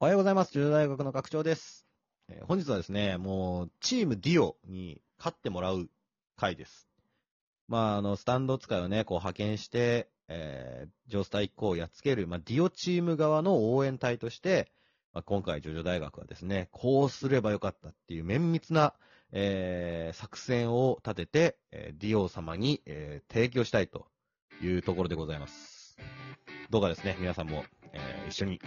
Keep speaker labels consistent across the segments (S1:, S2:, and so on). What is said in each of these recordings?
S1: おはようございます。中央大学の学長です。えー本日はですね、もう、チームディオに勝ってもらう回です。まあ、あの、スタンド使いをね、こう派遣して、えー、ジョースター1個をやっつける、まあ、ディオチーム側の応援隊として、まあ、今回、ジョジョ大学はですね、こうすればよかったっていう綿密な、えー作戦を立てて、えーディオ様に、えー提供したいというところでございます。どうかですね、皆さんも、えー一緒に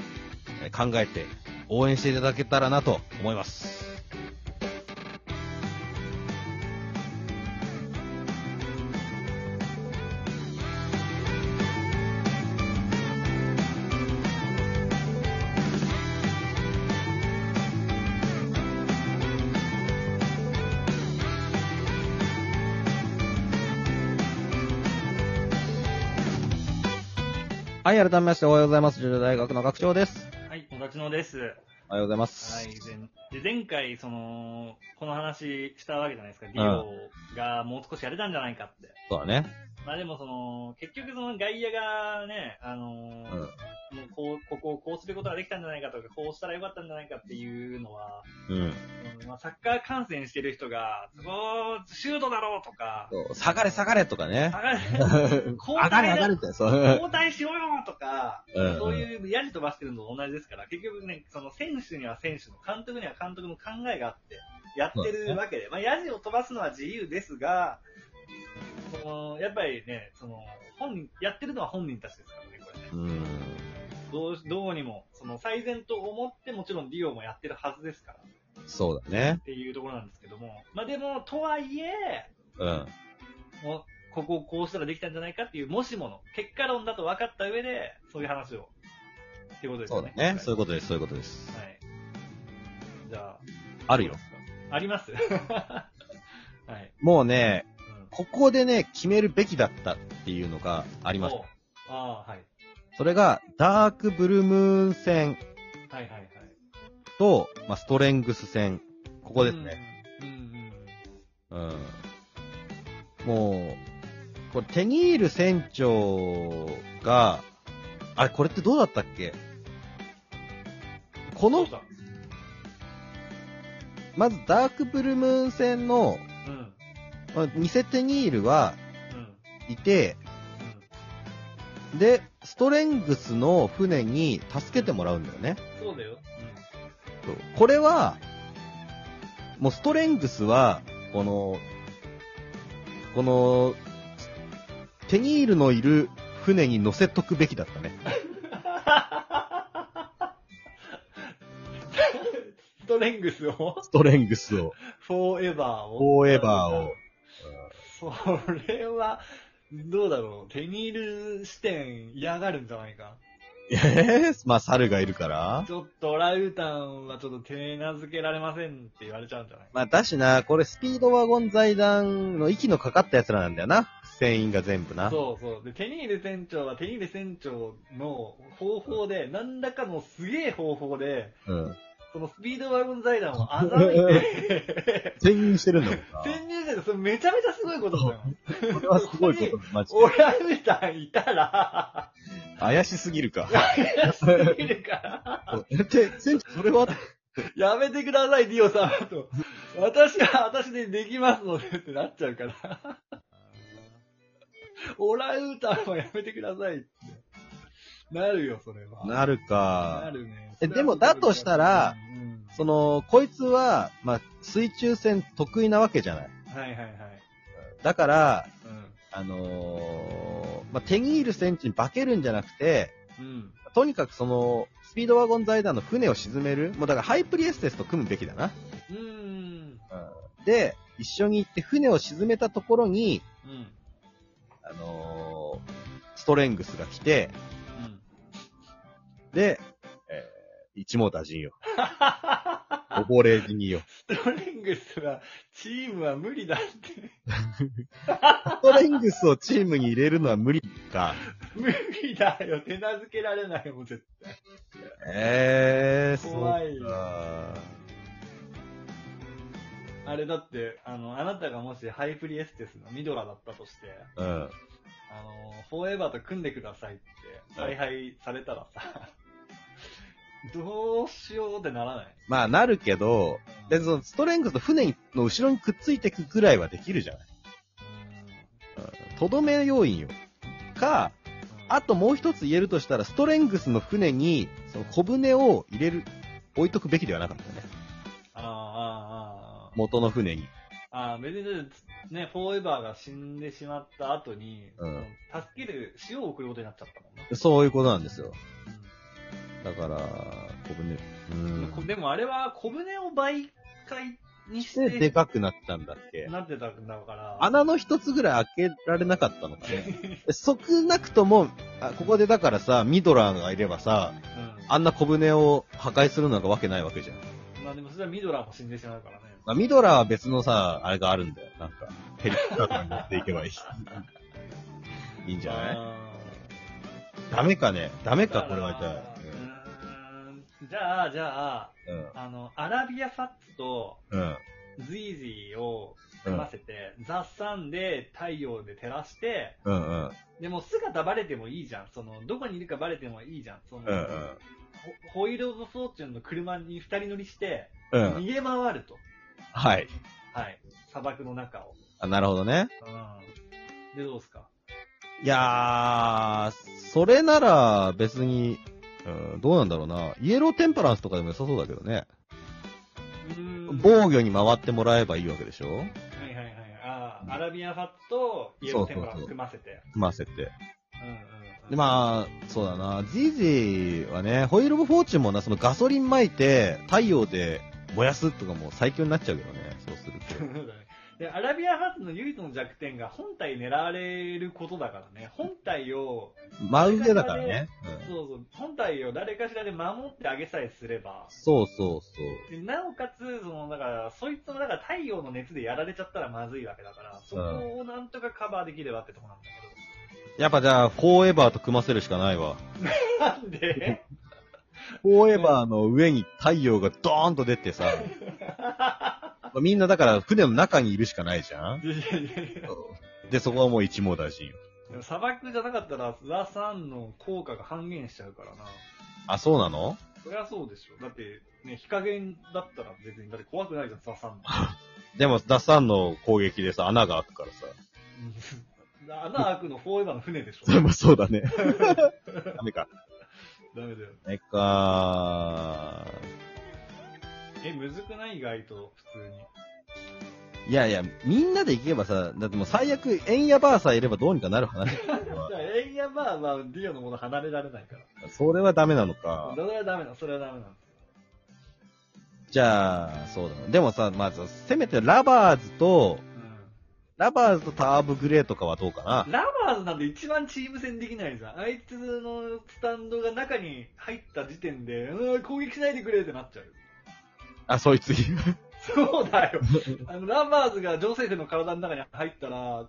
S1: えー考えて応援していただけたらなと思います。はい、改めましておはようございます。ジュ大学の学長です。
S2: はい、友達のです。は
S1: おはようございます。
S2: い、前で前回、その、この話したわけじゃないですか。リオがもう少しやれたんじゃないかって。
S1: そうだね。
S2: まあでも、その、結局、その外野がね、あの
S1: う
S2: ー
S1: ん。
S2: もうこう、ここをこうすることができたんじゃないかとか、こうしたらよかったんじゃないかっていうのは、
S1: うん。
S2: うんまあ、サッカー観戦してる人が、すごーシュートだろうと か、
S1: そう下がれ下がれとかね。
S2: あが交
S1: 上がれ上
S2: 代
S1: が
S2: だ
S1: れって。そう。
S2: 交代しろよとか、
S1: うん
S2: そういうやり飛ばしてるのと同じですから、結局ね、その選手には選手の、監督には監督の考えがあって、やってるわけで、まあ、やじを飛ばすのは自由ですが、そのやっぱりね、その本人やってるのは本人たちですからね、これ
S1: う
S2: ね。
S1: ん。
S2: どうどうにも、その最善と思って、もちろんリオもやってるはずですから、っ
S1: そうだね。
S2: ていうところなんですけども、まあでも、とはいえ、
S1: うん。
S2: もうここをこうしたらできたんじゃないかっていう、もしもの、結果論だと分かった上で、そういう話を、っていうことです
S1: そ
S2: よ
S1: うだ
S2: ね。
S1: ね。そういうことです。そういうことです。
S2: はい。じゃあ、
S1: あるよ。。
S2: あります はい。
S1: もうね、
S2: うん
S1: ここでね、決めるべきだったっていうのがありまし
S2: おうああ、はい。
S1: た。それが、ダークブルムーン戦
S2: はいはいはい。
S1: と、まあ、ストレングス戦。ここですね。
S2: うん。うんうん
S1: うんもう、これ、テニール船長が、あれ、これってどうだったっけこ
S2: ど
S1: の
S2: う、だ
S1: まずダークブルムーン戦の、
S2: うん。うん。
S1: まあ偽テニールは
S2: うん。
S1: いて、で、ストレングスの船に助けてもらうんだよね。
S2: そうだよ。
S1: そうこれは、もうストレングスは、この、この、テニールのいる船に乗せとくべきだったね。
S2: ストレングスを
S1: ストレングスを。
S2: フォーエバーを
S1: フォーエバーを。
S2: それは、どうだろう。テニール視点嫌がるんじゃないか。
S1: ええまあ、猿がいるから。
S2: ちょっとオランウータンはちょっと手なずけられませんって言われちゃうんじゃない
S1: まあ、だしな、これスピードワゴン財団の息のかかった奴らなんだよな。船員が全部な。
S2: そうそう。で、テニール船長はテニール船長の方法で、何らかのすげえ方法で、
S1: う。うん。
S2: そのスピードワゴン財団 を欺いて、
S1: 全員してるんだもんな。
S2: 潜入してて、それめちゃめちゃすごいことだよ。
S1: これはすごいことだ、マジで。
S2: オランウータンいたら、
S1: 怪しすぎるか。
S2: すぎるから、
S1: で、船長、それは、
S2: やめてください、ディオさんと。私は私でできますのでってなっちゃうから。 オランウータンはやめてくださいって。なるよ、それは。
S1: なるか。
S2: なるね。
S1: えでもだとしたら
S2: うん、
S1: その、こいつは、まあ、水中戦得意なわけじゃない。
S2: うんはいはいはい。
S1: だから、
S2: うん。
S1: あのーまあ、テニール戦地に化けるんじゃなくて、
S2: うん。
S1: とにかくその、スピードワゴン財団の船を沈める。もうだからハイプリエステスと組むべきだな。
S2: うーん。
S1: で、一緒に行って船を沈めたところに、
S2: うん。
S1: あのーストレングスが来て、
S2: うん。
S1: で、えー一網打尽よ。溺れ死 によ。
S2: ストレングスは、チームは無理だって。
S1: ストレングスをチームに入れるのは無理か。
S2: 無理だよ。手なずけられないもん、絶対。
S1: えー、
S2: 怖い
S1: そうか
S2: あれだって、あの、あなたがもしハイプリエステスのミドラだったとして、
S1: うん。
S2: あの、フォーエバーと組んでくださいって、采配されたらさ、どうしようってならない。
S1: まあ、なるけど、で、そのストレングスと船の後ろにくっついていくぐらいはできるじゃない。とどめ要因よ。か、あともう一つ言えるとしたら、ストレングスの船に、その小舟を入れる、置いとくべきではなかったよね。
S2: ああ、ああ、あ
S1: 元の船に。
S2: あ。ああ、別に、ね、フォーエバーが死んでしまった後に、
S1: うん
S2: 助ける、塩を送ることになっちゃったもんな。
S1: そういうことなんですよ。だから、小舟。うん。
S2: でもあれは小舟を媒介にし
S1: で、で
S2: て、
S1: かくなったんだっけ。
S2: なってたんだから。
S1: 穴の一つぐらい開けられなかったのかね。少なくとも、あここでだからさ、ミドラーがいればさ、
S2: うん。
S1: あんな小舟を破壊するなんかわけないわけじゃん。
S2: まあでもそれはミドラーも死んでしまうからね。
S1: まあ、ミドラーは別のさ、あれがあるんだよ。なんか、ヘリコプターに持っていけばいい。いいんじゃない
S2: あー
S1: ダメかねダメ
S2: だ
S1: か、
S2: ら
S1: これは
S2: うーんじゃあ、じゃあ、
S1: 一体。うん。
S2: あの、アラビアファッツと
S1: うん。
S2: ズイズイを
S1: う
S2: 組
S1: ん
S2: ま。せて、雑産で太陽で照らして、
S1: うん。うん。
S2: でも姿バレてもいいじゃん。その、どこにいるかバレてもいいじゃん。その、
S1: うん。うん。
S2: ホホイール・オブ・フォーチュンの車に二人乗りして、
S1: うん。
S2: 逃げ回ると。
S1: はい。
S2: はい。砂漠の中を。
S1: あなるほどね。
S2: うん。で、どうですか
S1: いやー、それなら別に、うん、どうなんだろうな。イエローテンパランスとかでも良さそうだけどね。
S2: うーん。はい
S1: 防御に回ってもらえばいいわけでしょ
S2: はいはい。ああ、アラビアンファットとイエローテンパラを組ませて。
S1: 組ませて。
S2: うんうんうん。
S1: で、まあ、そうだな。ジージーはね、ホイール・オブ・フォーチュンもな、そのガソリン撒いて、太陽で燃やすとかもう最強になっちゃうけどね。そうする
S2: そうだね で、アラビアハーツの唯一の弱点が本体狙われることだからね。本体を、
S1: と。真上だからね。うん
S2: そうそう、本体を誰かしらで守ってあげさえすれば。
S1: そうそう
S2: でなおかつ、その、だから、そいつの、だから太陽の熱でやられちゃったらまずいわけだから、そこをなんとかカバーできればってとこなんだ
S1: そう。やっぱじゃあ、フォーエバーと組ませるしかないわ。
S2: けど。なんで
S1: フォーエバーの上に太陽がドーンと出てさ、みんなだから船の中にいるしかないじゃん
S2: いやいやいや
S1: で、そこはもう一網打尽よ。
S2: でも砂漠じゃなかったら、ザ・サンの効果が半減しちゃうからな。
S1: あ、そうなの
S2: そりゃそうでしょ。だって、ね、日陰だったら別に、だって怖くないじゃん、ザ・サンの。
S1: でも、ダッサンの攻撃でさ、穴が開くからさ。。
S2: うん穴開くのフォーエバーの船でしょ
S1: まあそう だね。ダメか。
S2: ダメだよ。
S1: ダメか
S2: え、むずくない意外と、普通に。
S1: いやいや、みんなで行けばさ、だってもう最悪、エンヤバーさえいればどうにかなる話だよそれは
S2: じゃあ、エイヤバーはディオのもの離れられないから。
S1: それはダメなのか
S2: そ。れはダメなの、それはダメなの。
S1: じゃあ、そうだな。でもさ、まず、せめてラバーズと、ラバーズとターブグレーとかはどうかな
S2: うん。。ラバーズなんて一番チーム戦できないじゃん。あいつのスタンドが中に入った時点で、うーん、攻撃しないでくれってなっちゃう。
S1: あ、そいつ。
S2: そうだよ。あの、ラバーズがジョセフの体の中に入ったら、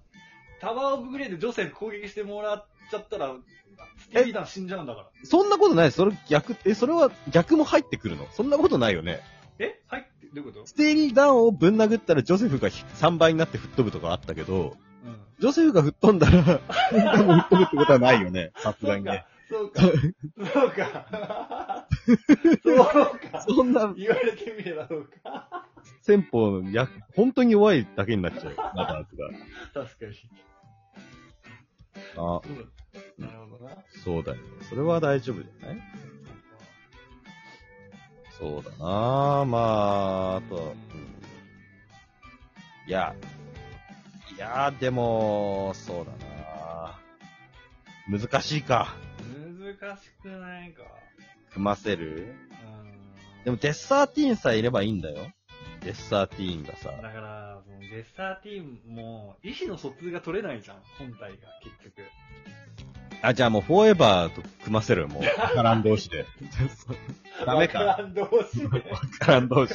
S2: タワーオブグレーでジョセフ攻撃してもらっちゃったら、スティービーダン死んじゃうんだから。
S1: そんなことないそれ逆、え、それは逆も入ってくるのそんなことないよね。
S2: え入って、どういうこと
S1: ステーリーダウンをぶん殴ったらジョセフが3倍になって吹っ飛ぶとかあったけど、
S2: うん。
S1: ジョセフが吹っ飛んだら、 みんなも吹っ飛ぶってことはないよね。さすがにね。
S2: そうか。そうか。そうか。
S1: そんな
S2: 言われてみればそうか。
S1: 戦法のや、本当に弱いだけになっちゃう。ラバーズ
S2: 確かに。
S1: が。あ、
S2: そうなるほどな。
S1: そうだよ。それは大丈夫じゃないそうだなぁ、まあ、あとは、うんいや、いやでも、そうだなぁ。難しいか。
S2: 難しくないか。
S1: 組ませる
S2: うん。
S1: でも、デッサーティーンさえいればいいんだよ。デッサーティーンがさ。
S2: だから、そのデッサーティーンも、意思の疎通が取れないじゃん、本体が、結局。
S1: あ、じゃあもう、フォーエバーと組ませるよもう。わからん同士で。ダメ
S2: わ
S1: か。
S2: らん同士で。
S1: わからん同士。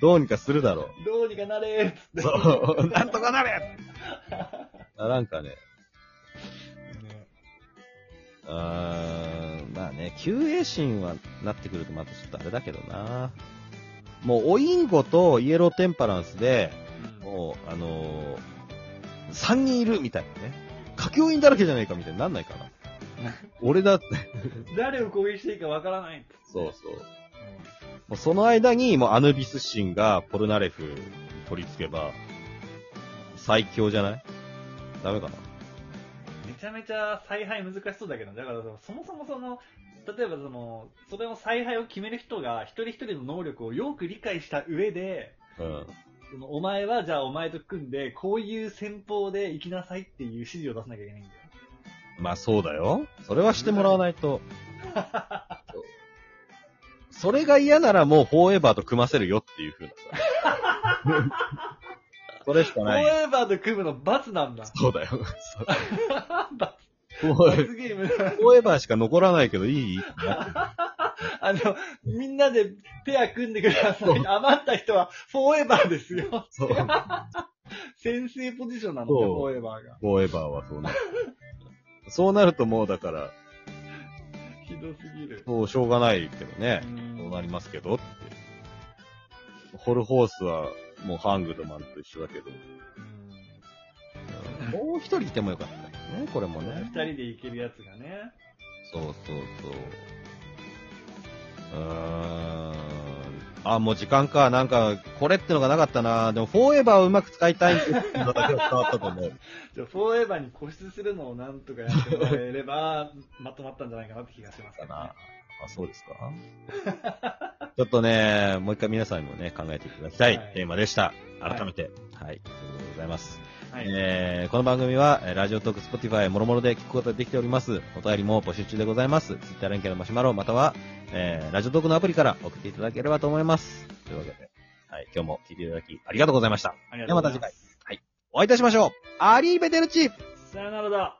S1: どうにかするだろ
S2: どうにかなれーっつって。
S1: う。そう。なんとかな れならんかね。
S2: ね
S1: うーん、まあね、救栄心はなってくるとまたちょっとあれだけどな。もう、オインゴとイエローテンパランスで、
S2: うん
S1: もう、あのー、3人いるみたいなね。書き音だらけじゃないかみたいになんないかな。 俺だって、
S2: 誰を攻撃していいかわからないんです。
S1: そうそう。もうその間に、もうアヌビス神がポルナレフに取り付けば、最強じゃないダメかな
S2: めちゃめちゃ采配難しそうだけど、だからそのそもそもその、例えばその、それの采配を決める人が一人一人の能力をよく理解した上で、
S1: うん。
S2: そのお前はじゃあお前と組んで、こういう戦法で行きなさいっていう指示を出さなきゃいけないんだよ。
S1: まあそうだよ。それはしてもらわないと。そうそれが嫌ならもうフォーエバーと組ませるよっていう風なさ。 それしか
S2: フ
S1: ないよ。
S2: ォーエバーと組むの罰なんだ。
S1: そうだよ。
S2: 罰
S1: フォーエ
S2: 罰ゲーム。
S1: フォーエバーしか残らないけどいい
S2: あの、みんなでペア組んでください。余った人はフォーエバーですよ。
S1: そう。フォ
S2: 先制ポジションなのね、
S1: そう
S2: フォーエバーが。
S1: ーエバーはそうなる。そうなるともうだから、
S2: ひどすぎる。
S1: もうしょうがないけどね。
S2: うん
S1: そうなりますけどって。ホルホースはもうハングドマンと一緒だけど。もう一人いてもよかったですね、これも
S2: 二
S1: ね。
S2: 人でいけるやつがね。
S1: そうそうそう。うーん。あ、もう時間か。なんか、これってのがなかったな。でも、フォーエバーをうまく使いたいっていうのだけは伝わったと思う。
S2: じゃあ、フォーエバーに固執するのをなんとかやってもらえれば、まとまったんじゃないかなって気がします
S1: か
S2: ね。
S1: な。あ、そうですかちょっとね、もう一回皆さんにもね、考えていただきたい、
S2: はい
S1: テーマでした。
S2: はい
S1: 改めて。はい。ありがとうございます。
S2: はい。
S1: えーこの番組は、えーラジオトーク、スポティファイ、もろもろで聞くことができております。お便りも募集中でございます。ツイッター連携のマシュマロ、または、えーラジオトークのアプリから送っていただければと思います。というわけで、はい、今日も聞いていただき、ありがとうございました。
S2: ありがとうございます。
S1: お会いいたしましょうアリーベテルチ
S2: さよならだ。